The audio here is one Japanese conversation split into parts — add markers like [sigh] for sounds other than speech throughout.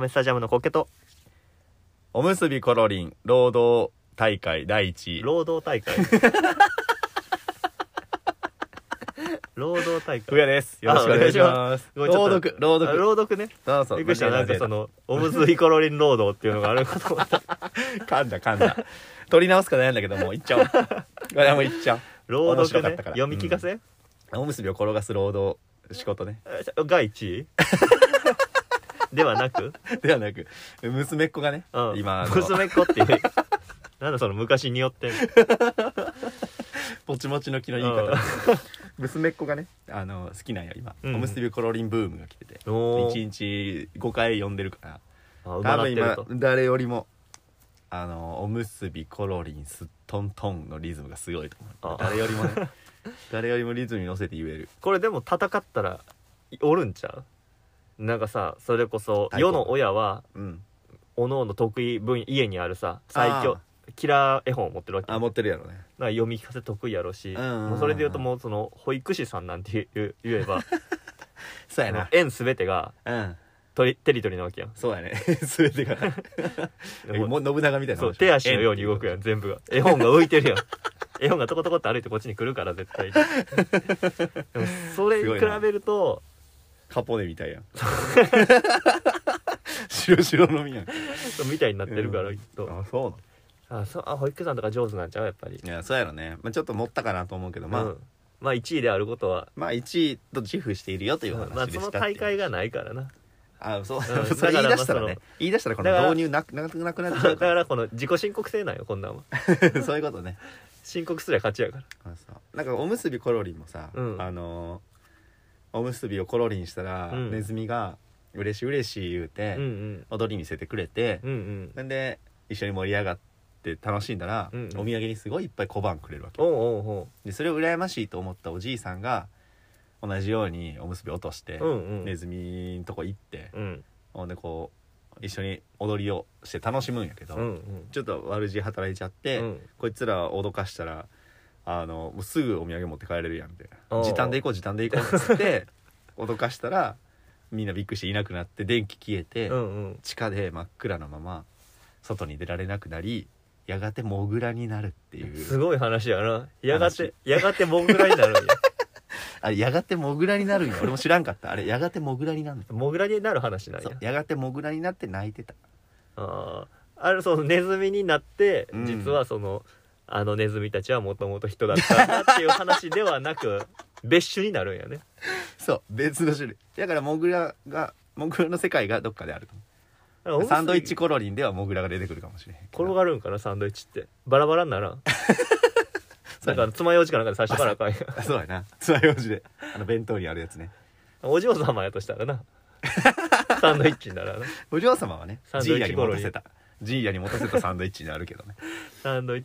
メスタジアムのコケとおむすびコロリン労働大会第一位労働大 [laughs] 会労働大ふ会やですよろしくお願いしますあお願いします朗読朗あ読朗読ねそうそうびっくりしたなんかそ間違のおむすびコロリン労働っていうのがあるかと思ったえた噛んだ噛んだ取り直すか悩んだけどもういっちゃおうこれはもういっちゃ朗面白読かっねたから読み聞かせ、おうおむすびを転がす労働仕事ねが1位ではなく、ではなく娘っ子がね、うん、今あの娘っ子っていうなんだその昔によってポチモチの木の言い方、娘っ子がねあの好きなんよ今、うんおむすびコロリンブームが来ててお1日5回読んでるからあ馬多なっ分てる今と誰よりもあのおむすびコロリンすっとんとんのリズムがすごいと思あう誰よりもね [laughs] 誰よりもリズムに乗せて言えるこれでも戦ったらいおるんちゃうなんかさそれこそ太鼓世の親はうんおのおの得意分家にあるさ最強あキラー絵本を持ってるわけあ持ってるやろねなんか読み聞かせ得意やろし、うんうんうんうんもうそれで言うともうその保育士さんなんて言う [laughs] 言えばそうやあのな縁全てがうんトリテリトリーなわけやんそうやね [laughs] 全てがもう信長みたいなそう手足のように動くやん全部が絵本が浮いてるやん絵本がトコトコって歩いてこっちに来るから絶対 [laughs] でもそれすごにい比なべるとカポネみたいやん [laughs] 白白のみやんそうみたいになってるから、うんきっとあそうなのあそうあ保育士さんとか上手なんちゃうやっぱりいやそうやろね、まあ、ちょっと持ったかなと思うけどまあ、うんまあ1位であることはまあ1位と自負しているよというま話あでそしたのって大いう会がないからなあそう、うん [laughs] そだれ言かいら出したらねまあ言い出したらこのだから導入な長くなくなっち [laughs] ゃだうかかららこの自己申告制なんよこんなんは [laughs] そういうことね申告すりゃ勝ちやからあそうなんかおむすびコロリンもさ、うんあのーおむすびをコロリンしたら、うんネズミが「嬉しい嬉しい」言うて、うん踊り見せてくれてうんう、んなんで一緒に盛り上がって楽しんだら、うんうんお土産にすごいいっぱい小判くれるわけうんおうおうおでそれを羨ましいと思ったおじいさんが同じようにおむすび落として、ううんうんネズミのとこ行って、うんほんでこう一緒に踊りをして楽しむんやけど、うんうんちょっと悪事働いちゃって、うんこいつらを脅かしたらあのもうすぐお土産持って帰れるやんみたいおなう時短で行こう時短で行こうっつって [laughs] 脅かしたらみんなびっくりしていなくなって電気消えて、うんうん地下で真っ暗なまま外に出られなくなりやがてモグラになるっていすうごい話やなやがてやがてモグラになるんやあれやがてモグラになるんや俺も知らんかったあれやがてモグラになるんだモグラになる話なんそやうやがてモグラになって泣いてたあーあれそのネズミになって、うん実はそのあのネズミたちはもともと人だったんだっていう話ではな [laughs] く別種になるんやねそう別の種類だからモグラがモグラの世界がどっかであると思おうむすびサンドイッチコロリンではモグラが出てくるかもしれへんけど転がるんかなサンドイッチってバラバラになら [laughs] んそだうかやら爪楊枝かなんかで刺してからあかんやんあそうやなつまようじであの弁当にあるやつねお嬢様やとしたら [laughs] なサンドイッチにならなお嬢様はねサンジドーイッヤチにコ持ロリたンせたジーヤに持たせたサンドイッチになるけどねサンドイッ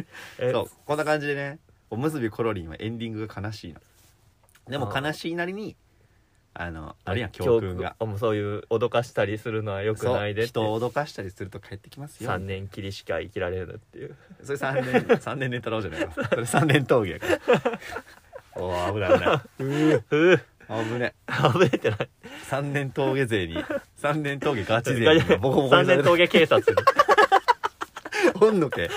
チえ [laughs] そうこんな感じでねおむすびコロリンはエンディングが悲しいのでもあー悲しいなりにあのあるやん教訓が教訓あもうそういう脅かしたりするのはよくそなういでって人を脅かしたりすると帰ってきますよ3年きりしか生きられるって [laughs] いうそれ3年3年 [laughs] 寝たろうじゃないわそれ3年闘技やから [laughs] おー危ない危な [laughs] いううー危ね危ねえってない3年峠勢 [laughs] に3年峠ガチ勢にボコ3ボコにさ年れて峠警察におんのけ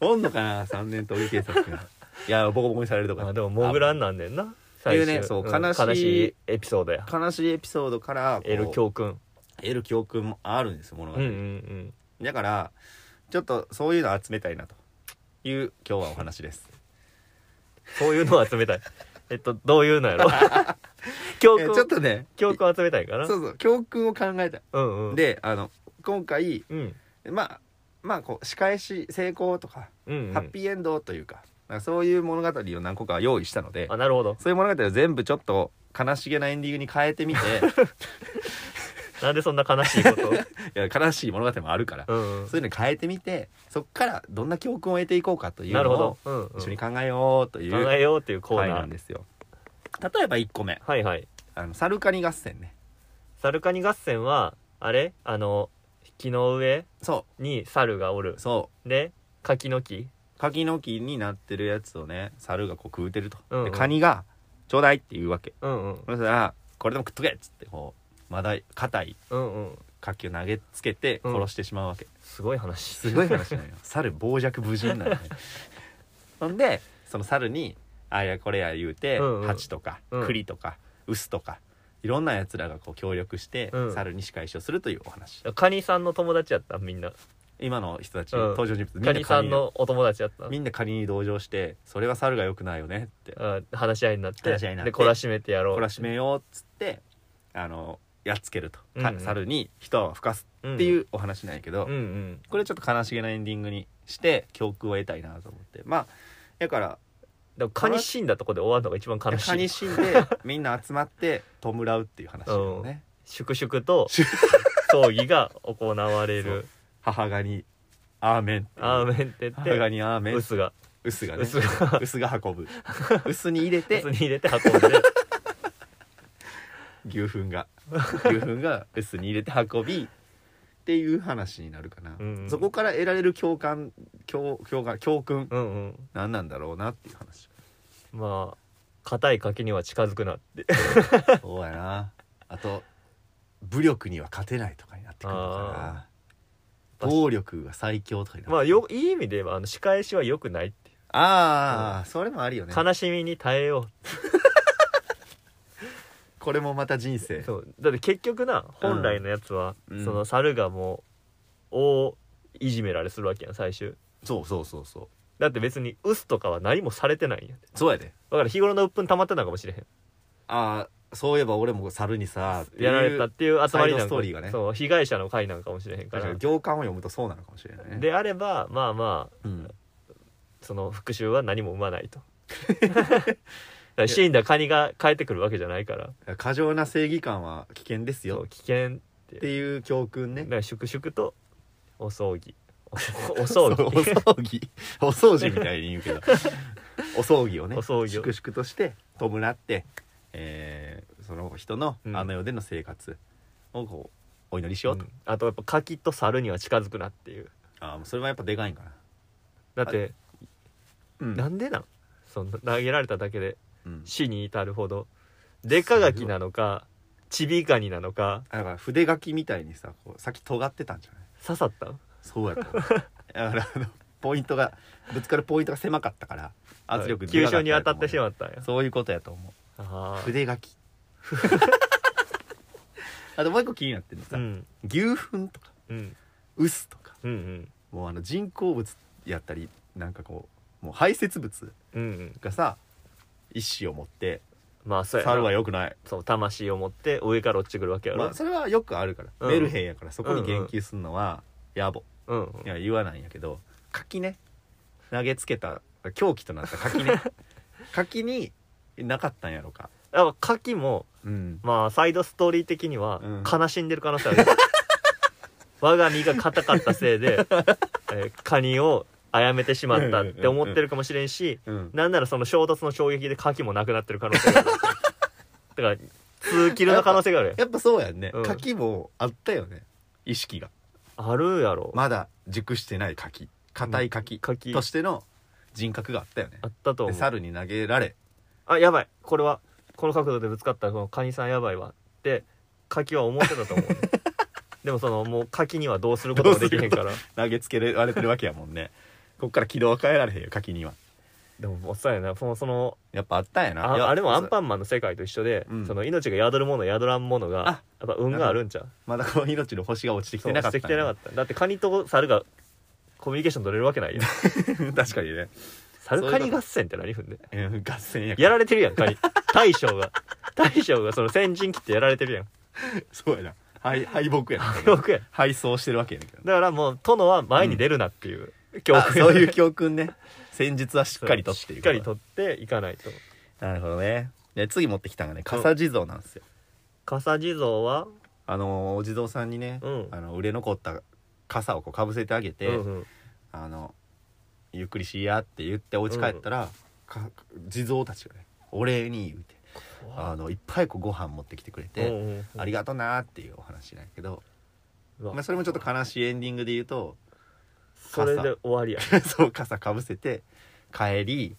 おんのかな3年峠警察がいやボコボコにされるとかあでもモグランななんねんなっていうね最終そううん悲しい悲しいエピソードや悲しいエピソードからこう得る教訓得る教訓もあるんですよ物う語、んうんうんだからちょっとそういうのを集めたいなという今日はお話ですそういうのを集めたいえっとどういうのや [laughs] ろ教え訓ちょっとね教訓集めたいかなそうそう教訓を考えたうんうんであの今回うんまあまあこう仕返し成功とか、うんうんハッピーエンドというかなんかそういう物語を何個か用意したのであなるほどそういう物語を全部ちょっと悲しげなエンディングに変えてみて [laughs] なんでそんな悲しいことをいや悲しい物語もあるから、うんうんそういうのに変えてみてそっからどんな教訓を得ていこうかというなるのほをどうんうん一緒に考えようという考えようっていうコー回ナなーんですよ。例えば1個目はいはいあのサルカニ合戦ねサルカニ合戦はあれあの木の上そに猿がおるうそで柿の木う柿の木になってるやつをね猿がこう食うてると、うんうんでカニが「ちょうだい」って言うわけうんうんそしたら「これでも食っとけ」っつってこうまだ硬いうんうん火球投げつけてうん殺してしまうわけ、すごい話すごい話 [laughs] なんよ猿傍若無人なのねほんでその猿にああやこれや言うて、うんうん蜂とかうん栗とか臼とかいろんなやつらがこう協力して、うん猿に仕返しをするというお話カニさんの友達やったみんな今の人たち、うん登場人物みんカなニさんにのお友達やったみんな仮に同情してそれは猿が良くないよねってあ話し合いになって話し合いになってで懲らしめてやろう懲らしめようっつってあのやっつけると、うんうんか猿に一泡吹かすうんっていうお話なんやけど、うんうんこれちょっと悲しげなエンディングにして教訓を得たいなと思ってまあだからでもカニ死んだとこで終わるのが一番悲しいカニ死 [laughs] んでみんな集まって弔うっていう話だよね、粛々と葬儀が行われる母ガニアーメンっていうアーメンって言母ガっニアーメてンウスがウスがねウス [laughs] がウスが運 [laughs] ぶウスに入れウてスに入れて運ん [laughs] で牛糞が牛糞がウスに入れて運びっていう話になるかな、うんうんそこから得られる共感教教が教訓うんうん何なんだろうなっていう話まあ硬い柿には近づくなってそうやなあと武力には勝てないとかになってくるのかあなー暴力が最強とかになってくるまあよいい意味ではあの仕返しは良くないっていうああ、それもあるよね悲しみに耐えよこれもまた人う生そうだって結局な本来のやつは、うんその猿がもう大いじめられするわけやん最終そうそうそうそうだって別にウスとかは何もされてないんやそうやでだから日頃の鬱憤溜まってたのかもしれへんああそういえば俺も猿にさっていうやられたっていう集まりなんサイドかストーリーがねそう被害者の会なんかもしれへんかだからら行間を読むとそうなのかもしれないねであればまあまあうん、その復讐は何も生ま [laughs] ないとだから死んだカニが帰ってくるわけじゃないから過剰な正義感は危険ですそよう危険っていう教訓だねから粛々とお葬 [laughs] 儀おお葬そうお儀葬 [laughs] 儀お掃除みたいに言うけどお葬儀をねお葬儀を粛々として弔って、えーその人のうんあの世での生活をこうお祈りしようと、うんあとやっぱ柿と猿には近づくなっていうああそれはやっぱでかいんかなだってうんなんでなんそんな投げられただけでうん死に至るほどデカガキなのかちびガニなのかだから筆書きみたいにさこう先尖ってたんじゃない刺さったんそうやっただからあのポイントがぶつかるポイントが狭かったから圧力急所に当たってしうまったんやそういうことやと思うあー筆書 [laughs] きあともう一個気になってるのさ、うん牛糞とかうん臼とかうんうんもうあの人工物やったりなんかこうもう排泄物うんうんがさ意思を持ってまあそうやな猿は良くない、そう魂を持って上から落ちてくるわけやろ、まあ、それはよくあるから、うんメルヘンやからそこに言及するのは野暮、うんうんいや言わないんやけど柿ね投げつけた狂気となった柿 [laughs] ね柿になかったんやろかやっぱ牡蠣もうんまあサイドストーリー的にはうん悲しんでる可能性あ [laughs] る、我が身が硬かったせいで、 [laughs] えーカニを殺めてしまったって思ってるかもしれんしうんなんならその衝突の衝撃で牡蠣もなくなってる可能性 [laughs] があるだから通キルの可能性があるやんやっぱそうやんね、うん柿もあったよね意識があるやろまだ熟してない柿硬い柿牡と蠣しての人格があったよねあったとで思う猿に投げられあやばいこれはこの角度でぶつかったらこのカニさんやばいわって柿は思ってたと思 [laughs] うね、でもそのもう柿にはどうすることもできへんから投げつけられてるわけやもんねこっから軌道は変えられへんよ柿にはでももうそうやなそのそのやっぱあったんやなあいやあれもアンパンマンの世界と一緒で、うんその命が宿るもの宿らんものがあやっぱ運があるんちゃうまだこう命の星が落ちてきそうてなかったしてきてなかっただってカニと猿がコミュニケーション取れるわけ [laughs] ないやんた確かにね猿カニ合戦って何踏んで [laughs] うん合戦やからやられてるやんカ [laughs] ニ大将が大将がその先陣切ってやられてるやんそうやな敗敗北やなよくや配送してるわけやねんけどだからもう殿は前に出るなっていう教あ訓、 [laughs] そういう教訓ね戦術はしっかりとっていしっうことかり取っていかないとなるほどねで次持ってきたのがね笠地蔵なんですよ、笠地蔵はあのお地蔵さんにね、うんあの売れ残った傘をこうかぶせてあげて、うんうんあのゆっくりしいやって言ってお家帰ったら、か地蔵たちがねお礼に言うてあのいっぱいこうご飯持ってきてくれて、うんうんありがとなーっていうお話なんやけど、うわまあ、それもちょっと悲しいエンディングで言うとそれで終わりや [laughs] そう傘かぶせて帰り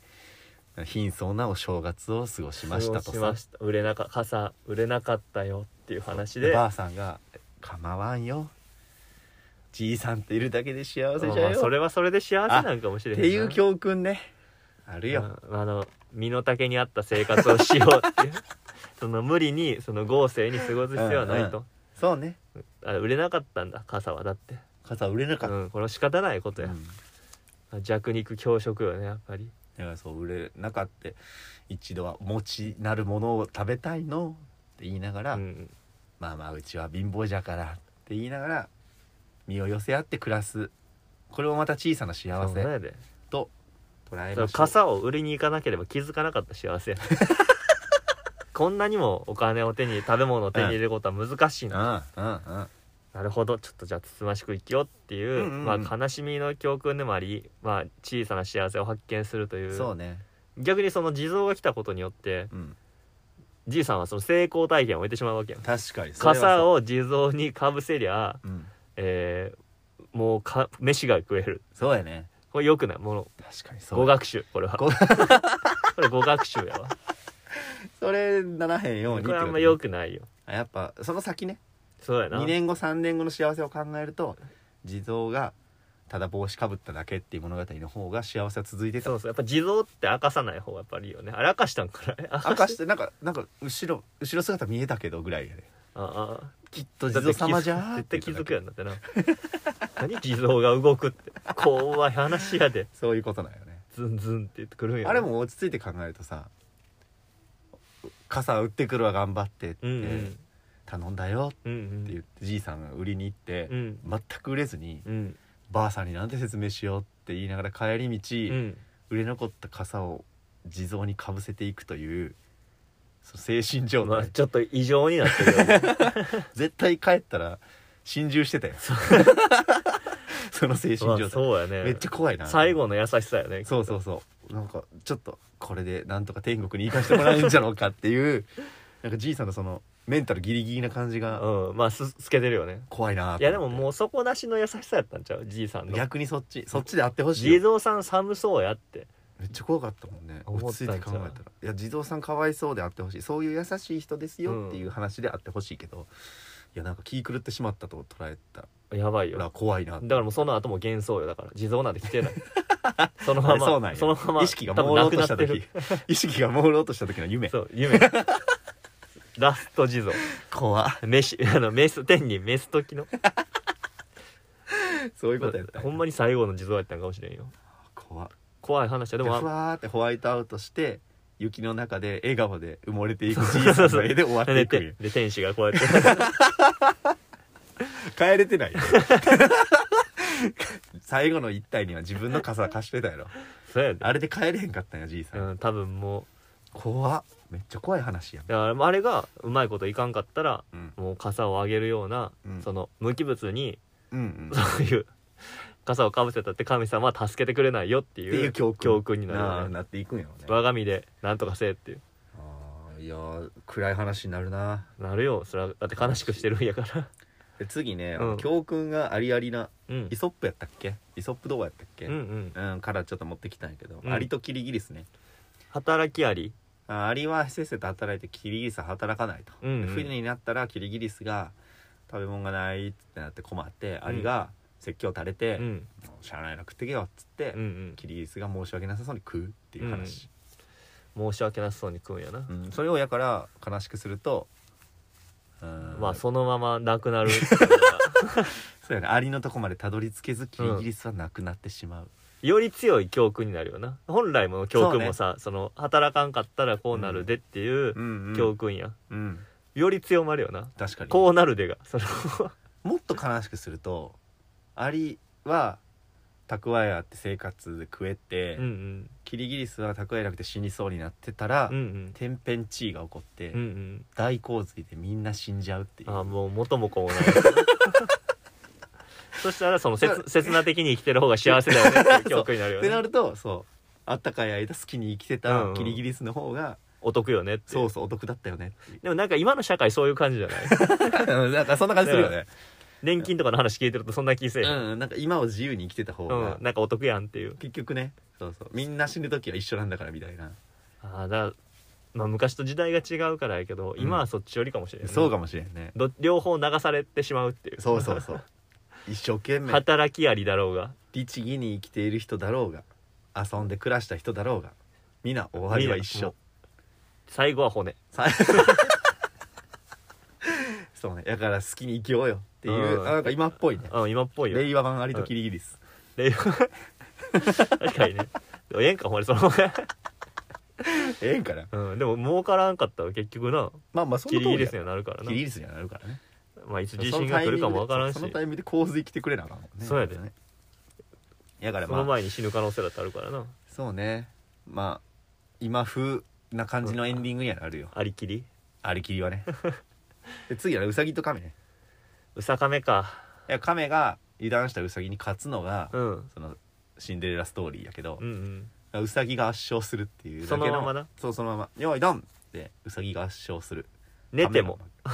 貧相なお正月を過ごしましたとしさました売れなか傘売れなかったよっていう話でばあさんが構わんよじいさんっているだけで幸せじまゃあよ、それはそれで幸せなんかもしれっへんてないう教訓ねあるよ、うんあの身の丈に合った生活をしよう [laughs] っていうその無理にその豪勢に過ごす必要はないと、そうねあ売れなかったんだ傘はだって、傘売れなかうった、うんん、これは仕方ないことや、だ弱肉強食よねやっぱりからそう売れなかった一度は餅なるものを食べたいのって言いながら、うんまあまあうちは貧乏じゃからって言いながら身を寄せ合って暮らすこれもまた小さな幸そうせなんやでと捉えそまのしょう傘を売りに行かなければ気づかなかった幸 [laughs] せやこんなにもお金を手に食べ物を手に入れることは難しいな、うんうんうんなるほどちょっとじゃあつつましく生きようっていう,、うんうんうんまあ、悲しみの教訓でもあり、まあ、小さな幸せを発見するというそうね逆にその地蔵が来たことによってうんじいさんはその成功体験を得てしまうわけやん確かにそれはそう傘を地蔵にかぶせりゃ、うんえーもうか飯が食えるそうやねこれよくないもの確かにそう語学習これは [laughs] 語これ語学習 [laughs] やわそれならへんようにこってれこあとんま良くないよあやっぱその先ねそうやな2年後3年後の幸せを考えると地蔵がただ帽子かぶっただけっていう物語の方が幸せは続いてたそうそうやっぱ地蔵って明かさない方がやっぱりいいよねあれ明かしたんかな明かしてなんかなんか後ろ後ろ姿見えたけどぐらいやねああきっと地蔵様じゃーだっってて気言づっくたやだけんだってな何地蔵が動くって怖い話やでそういうことなんよねズンズンって言ってくるんやねあれも落ち着いて考えるとさ傘売ってくるわ頑張ってってうんうん頼んだようんうんって言ってじいさんが売りに行ってうん全く売れずにうんばあさんになんて説明しようって言いながら帰りう道ん売れ残った傘を地蔵にかぶせていくというその精神状まあ態ちょっと異常になってるよ [laughs] ね絶対帰ったら心中してたよ [laughs] その精ま神あ状態そうやねめっちゃ怖いな最後の優しさやねそうそうそうなんかちょっとこれでなんとか天国に行かしてもらえるんじゃろうかっていうなんかじいさんのそのメンタルギリギリな感じがうんまあす透けてるよね怖いなと思っていやでももう底なしの優しさやったんちゃうじいさんの逆にそっちそっちであってほしい地よ蔵さん寒そうやってめっちゃ怖かったもんね思落ったちん着ちいゃうて考えたらいや地蔵さんかわいそうであってほしいそういう優しい人ですうんよっていう話であってほしいけど、いやなんか気狂ってしまったと捉えたやばいよら怖いなってだからもうその後も幻想よだから地蔵なんて来て [laughs] ないそのあまれまそうなんやそのまま意識が朦朧とした時 [laughs] 意識が朦朧とした時の夢そう夢 [laughs] ラスト地蔵怖メシ [laughs] あのメス天にメス時のそういうことやったほんまに最後の地蔵やったんかもしれんよ怖怖い話やででももあふわーってホワイトアウトして雪の中で笑顔で埋もれていくじいさんの絵で終わってでいくんてよで天使がこうやって [laughs] 帰れてないよ [laughs] 最後の一体には自分の傘貸してたやろそうやで、あれで帰れへんかったんやじいさ [laughs] ん、うん、多分も怖っめっちゃ怖い話やんうだからあれがうまいこといかんかったらうんもう傘をあげるような、うんその無機物に [laughs] うんうんっそういう傘をかぶせたって神様は助けてくれないよってていいうう教訓教訓になるよねあなっていくんやろね我が身でなんとかせえっていうあーいやー暗い話になるななるよそれはだって悲しくしてるんやからで次ね、うん教訓がありありなうんイソップやったっけイソップ童話やったっけ、うんうんうんからちょっと持ってきたんやけど、うんアリとキリギリスね働きありあアリはせっせと働いてキリギリスは働かないと、うんうんで冬になったらキリギリスが食べ物がないってなって困ってアリが説教垂れてう、んもうしゃあないな食ってけよっつって、うんうんキリギリスが申し訳なさそうに食うっていう話、申し訳なさそうに食うんやなうんそれをやから悲しくするとうんまあそのままなくな [laughs] るっていうのがそうやねアリのとこまでたどり着けずキリギリスはなくなってしまう、より強い教訓になるよな本来の教訓もさそ、の働かんかったらこうなるでっていううんうん教訓や、うんより強まるよな確かにこうなるでがそのもっと悲しくするとアリは蓄えあって生活で食えて、うんうんキリギリスは蓄えなくて死にそうになってたら、うんうん天変地異が起こって、うんうん大洪水でみんな死んじゃうっていうあもう元も子 [laughs] もないそしたらそのせつ刹那的に生きてる方が幸せだよねっていう教訓になるっよ [laughs] てなねるとそうあったかい間好きに生きてうんうんたキリギリスの方が、お得よねっていうそうそうお得だったよね [laughs] っていでもなんか今の社会そういう感じじゃ [laughs] ないうなんかそんな感じするよね、年金とかの話聞いてるとそんな気せえへん、うん、なんか今を自由に生きてた方うが、ん、なんかお得やんっていう結局ねそうそうみんな死ぬ時は一緒なんだからみたいなああだまあ昔と時代が違うからやけどうん今はそっち寄りかもしれない、そうかもしれんねど両方流されてしまうっていうそうそ [laughs] うそう一生懸命働きありだろうが律儀に生きている人だろうが遊んで暮らした人だろうが皆終わりは一みんな緒も最後は骨さそうねだから好きに生きようよっていう、うんあなんか今っぽいねうん今っぽいよ令和版アリとキリギリス、令和 [laughs] 確かにねでもええんかほんまにそ [laughs] のええんかなうんでも儲からんかったら結局なまあまあそのキリギリスやにはなるからキなリギリスにはなるからねまあいつ地震が来るかもわからんしそのタイミングで洪水来てくれなあかんもんねそうやでだねやからそのまあ前に死ぬ可能性だってあるからなそうねまあ今風な感じのエンディングにはなるよありきりありきり [laughs] はねで次はねウサギとカメねうさかめかいやカメが油断したウサギに勝つのが、うんそのシンデレラストーリーやけどうんう、んウサギが圧勝するっていうだけのそのままなそうそのまま「よいどん!」ってウサギが圧勝する寝てもカ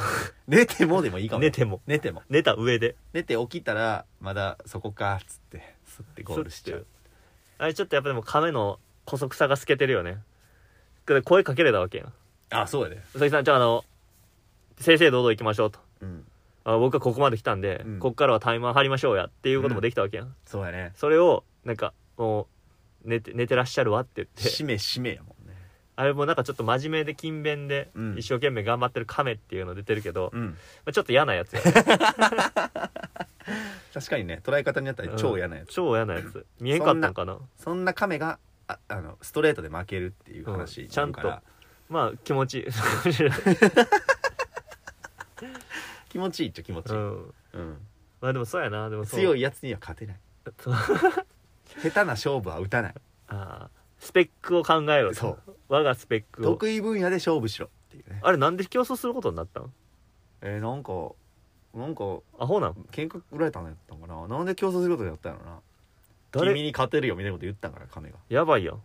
メが [laughs] 寝てもでもいいかも寝ても寝ても寝た上で寝て起きたらまだそこかっつってスッてゴールしちゃうあれちょっとやっぱでも亀の細くさが透けてるよねで声かけれたわけやんあそうやねうさぎさんじゃああの正々堂々行きましょうとうんあ僕はここまで来たんで、うんこっからはタイマー張りましょうやっていうこともできたわけやん、そうやねそれをなんかもう寝て寝てらっしゃるわって言ってしめしめやもんね [laughs] あれもなんかちょっと真面目で勤勉で、うん一生懸命頑張ってる亀っていうの出てるけど、まうんあ、ちょっと嫌なやつ [laughs] や、確かにね捉え方によったら超嫌なやつ、超嫌なやつ見えんかったんかなそんな亀がああのストレートで負けるっていう話うんにちゃなるんとから、まあ気持ちいい、気持ちいいっちゃ気持ちいうい、ん、うんまあでもそうやなでもそう [laughs] 強いやつには勝てないそう下手な勝負は打たないああスペックを考えろとそう我がスペックを得意分野で勝負しろっていうねあれなんで競争することになったんえー、なんかなんかアホなん喧嘩売られたのやったんかななんで競争することやったんやろな君誰に勝てるよみたいなこと言ったんから亀がやばいやん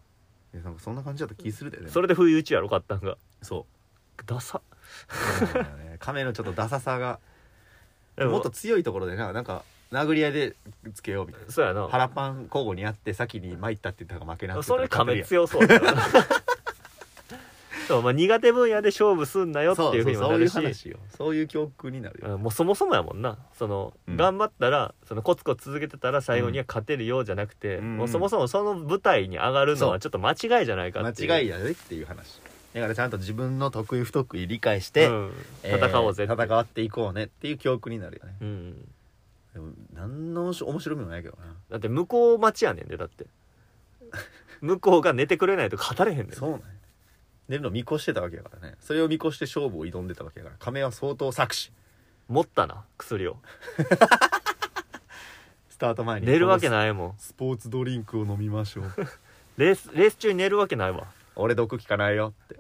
えなんかそんな感じだった気するでねそれで不意打ちやろかったんがそダサうそうなんだよね亀のちょっとダサさ [laughs] がでもっと強いところでななんか殴り合いでつけようみたいなそうやな腹パン交互にやって先に参ったって言ったから負けなくてそれ勝てる亀やん強 [laughs] そうやなそうまあ苦手分野で勝負すんなよってそういうふうにもなるしそうそういう話よそういう教訓になるよ、うんもうそもそもやもんなその、うん頑張ったらそのコツコツ続けてたら最後には勝てるようじゃなくて、うんもうそもそもその舞台に上がるのそはうちょっと間違いじゃないかっていう間違いやでっていう話だからちゃんと自分の得意不得意理解して、うんえー戦おうぜっていう、戦っていこうねっていう教訓になるよねうん、でも何の面白みもないけどなだって向こう待ちやねんでだ [laughs] って向こうが寝てくれないと語れへんねんそうなんや出るの見越してたわけやからねそれを見越して勝負を挑んでたわけやから亀は相当搾取持ったな薬をスタート前に寝るわけいないもんスポーツドリンクを飲みましょうレースレース中に寝るわけないわ俺毒効かないよ [laughs] って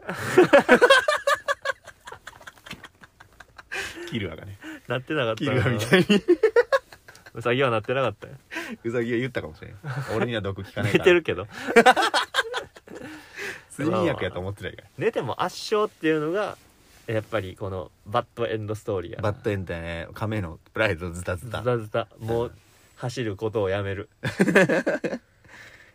キルアがねなってなかったキなルアみたい [laughs] にウサギはなってなかったよウサギが言ったかもしれん俺には毒効かないか寝らてるけど睡眠薬やと思ってないから寝ても圧勝っていうのがやっぱりこのバッドエンドストーリーやなバッドエンドやね亀のプライドズタズタズタズタもう走ることをやめる、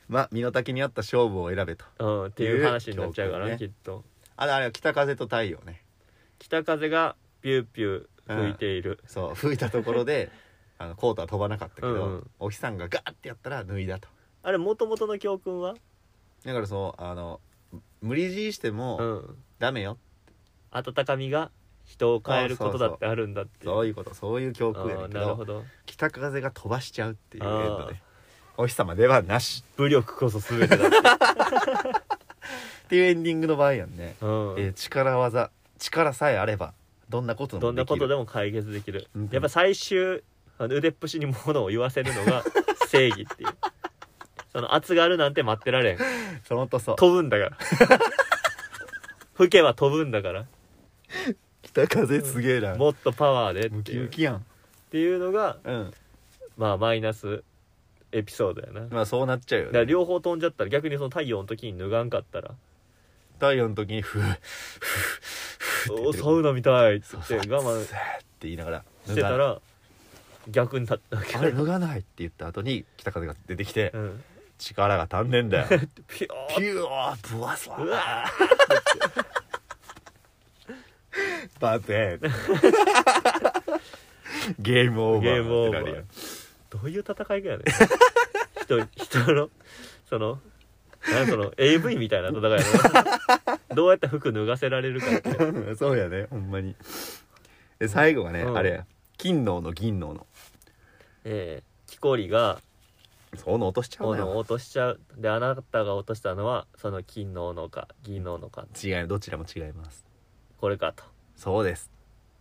まあ身の丈に合った勝負を選べとうん、っていう話になっちゃうから、ねきっとあれあれは北風と太陽ね北風がピューピュー吹いている、そう吹いたところで [laughs] あのコートは飛ばなかったけど、うんうんお日さんがガーってやったら脱いだとあれもともとの教訓は、だからそうあの無理強いしてうもん、ダメよ、温かみが人を変えることだってあるんだってそういいうことそういう教訓やねあーんけなるどほど北風が飛ばしちゃうっていうエンドあーでお日様ではなし武力こそ全てだって、っていうエンディングの場合やんね、うんえー力技力さえあればどんなことでどもんでなきこるとでも解決できる、うんやっぱ最終あの腕っぷしに物を言わせるのが正義っていうその圧があるなんて待ってられんそのとそう飛ぶんだから吹けば飛ぶんだから北風すげえなもっとパワーでっムてキいうムキやんっていうのがうんまあマイナスエピソードやな、だかまあそうなっちゃうよらね両方飛んじゃったら逆にその太陽の時に脱がんかった [laughs] ら太陽の時にふー「おおサウナみたい」っつそっうてそう我慢って言いながらしてたら逆になったわけあれ脱がないって言った後に北風が出てきてうん、力が足んねえんだよピヨーピューブワスワうわーバーテンゲームオーバーゲームオーバーってなるどういう戦いかやねん人人のそのなんその AV みたいな戦いや [laughs] などうやって服脱がせられるかってやん [laughs] そうやねほんまにで最後はね、うんあれや金のの銀ののええ木こりがそうの落としちゃうの斧をよ落としちゃうであなたが落としたのはその金の斧か銀の斧か違うどちらも違いますこれかとそうです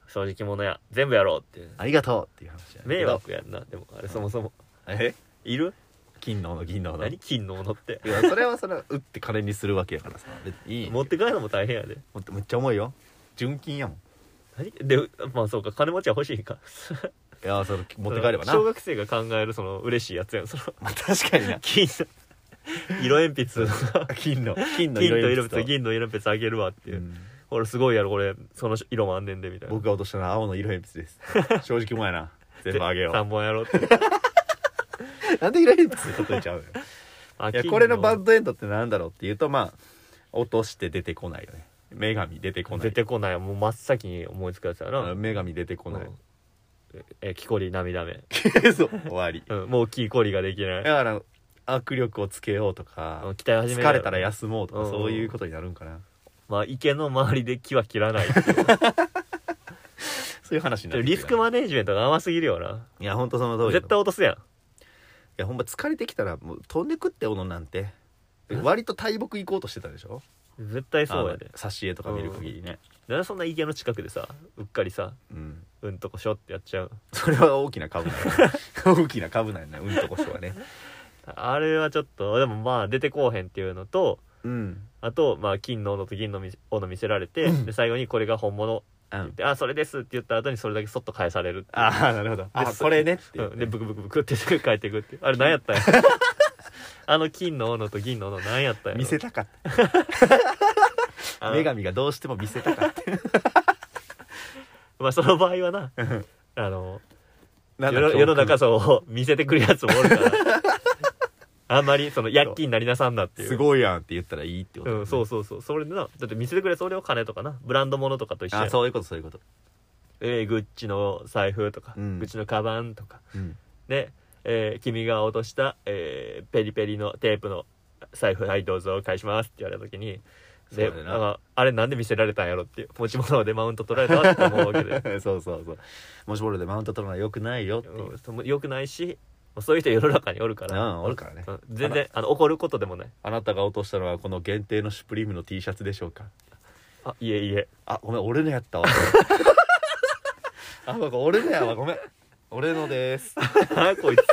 正直者や全部やろうっていうありがとうっていう話やねん迷けど惑やんなでもあれそもそもえいる金のの銀のの何金の斧っていやそれはそれは打って金にするわけやからさ別にいい持って帰るのも大変やでもっとめっちゃ重いよ純金やもん何でまあそうか金持ちは欲しいんかいやそれ持って帰ればなその小学生が考えるその嬉しいやつやんそのまあ [laughs] 確かにな金の色鉛筆の [laughs] 金の金金のと色色鉛筆鉛筆と銀の色鉛筆あげるわっていう、うん俺すごいやろこれその色もあんねんでみたいな僕が落としたのは青の色鉛筆です [laughs] 正直もんやな全部あげよ3う本やろうってなんで色鉛筆で例えちゃう [laughs] のよあいや金これのバッドエンドってなんだろうっていうとまあ落として出てこないよね女神出てこない出てこないもう真っ先に思いつくやつやな、うん女神出てこない、うんえ木こり涙目、 [laughs] そう終わりうん、もう木こりができなだいから握力をつけようとうんか鍛え始め疲れたらや休もうとか、うんそういうことになるんかなまあ池の周りで木は切らないっていうそういう話になる [laughs] リスクマネージメントが甘すぎるよないや本当その通り絶対落とすやんいやほんま疲れてきたらもう飛んでくって斧なんて割と大木行こうとしてたでしょ絶対そうやであの挿絵とか見る限りねなんでそんな池の近くでさうっかりさうん、うんとこしょってやっちゃうそれは大きな株なんや [laughs] 大きな株なんやなうんとこしょはねあれはちょっとでもまあ出てこうへんっていうのとうんあとまあ金の斧と銀のみ斧見せられて、 [laughs] で最後にこれが本物ってあ言って「あそれです」って言った後にそれだけそっと返されるっていうあーなるほどあそこれねっていうう、んでブクブクブクってすぐ帰ってくってあれ何やったん [laughs] やあの金の斧と銀の斧何やったんやろ見せたかったあの女神がどうしても見せたかったまあその場合はなあの [laughs] な世んだの世の中教そう見せてくるやつもおるから [laughs] あんまりその躍起になりなさんなってい訓うすごいやんって言ったらいいってことだうよね、ん、そうそうそうそれでなだって見せてくれそれを金とかなブランド物とかと一緒やあんそういうことそういうこと、えーグッチの財布とか、うんグッチのカバンとかうん、ね、えー君が落とした、えーペリペリのテープの財布はいどうぞ返しますって言われた時にでそうだよなああれなんで見せられたんやろっていう持ち物でマウント取られたわって思うわけで、 [laughs] そうそうそうもしボールでマウント取るのはよくない [laughs] よっていう、うんその、よくないしもうそういう人世の中におるから、うんおるからねうん全然あの怒ることでもないあなたが落としたのはこの限定のシュプリームの T シャツでしょうかあいえいえ [laughs] あごめん俺のやったわ [laughs] あごめん俺のやわごめん俺のですあこいつ [laughs]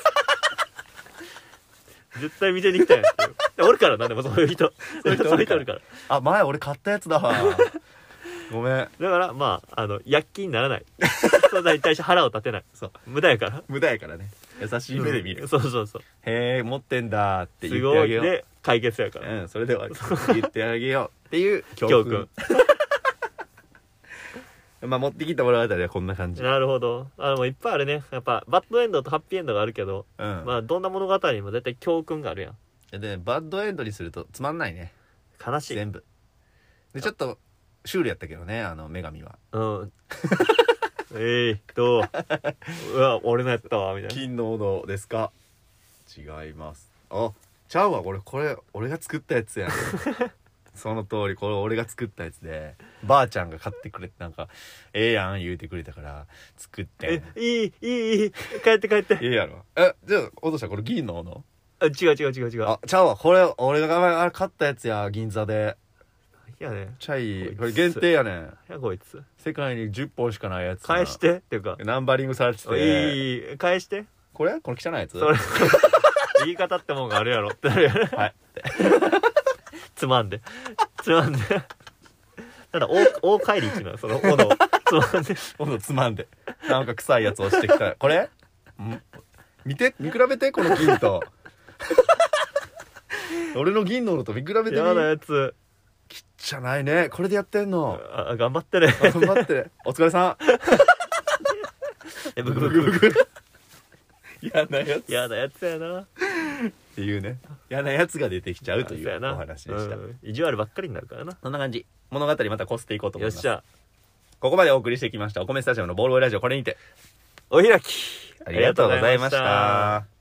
絶対見せに来たやんっていうおるからなでもそういう [laughs] 人そういう人そういう人おるからあ前俺買ったやつだわごめんだからまああの躍起にならないそんなに対して腹を立てないそう無駄やから無駄やからね優しい目で見る、うんそうそうそうへえ持ってんだってす言ってごあいげようで解決やから、うんそれでは言ってあげようっていう教教訓訓 [laughs] まあ持ってきた物語はこんな感じ、なるほどあのいっぱいあるねやっぱバッドエンドとハッピーエンドがあるけど、うんまあどんな物語にも絶対教訓があるやんでバッドエンドにするとつまんないね悲しい全部でちょっとシュールやったけどねあの女神はうん [laughs] えーっとうわ俺のやったわみたいな金の斧ですか違いますあちゃうわこれこれ俺が作った [laughs] やつやんその通りこれ俺が作ったやつでばあちゃんが買ってくれてなんか「ええやん」言うてくれたから作ってえんいいいいいい帰って帰ってええやろえじゃあ落としたこれ銀の斧あ違う違う違う違うあちゃうわこれ俺があれ買ったやつや銀座でいやねちゃいこれ限定やねんいやこいつ世界に10本しかないやつな返してっていうかナンバリングされていいていいい返してこれこの汚いやつそれ言い方ってもんがあるやろってなるやろはいつまんでつまんでただ大大帰りっていうのはその斧をつまんで斧つまんでなんか臭いやつ落ちてきたこれん見て見比べてこの [laughs] 銀と俺の銀の斧と見比べてみ嫌なやつきっちゃないねこれでやってんのあ頑張ってねあ頑張ってねお疲れさんえブクブクブク嫌なやつっ嫌なやつやなていうね嫌なやつが出てきちゃうというやなお話でしたうん意地悪ばっかりになるからなそんな感じ物語またこすっていこうと思よいっますしゃここまでお送りしてきましたお米スタジアムのボールボーイラジオこれにてお開きありがとうございましありがとうございましたた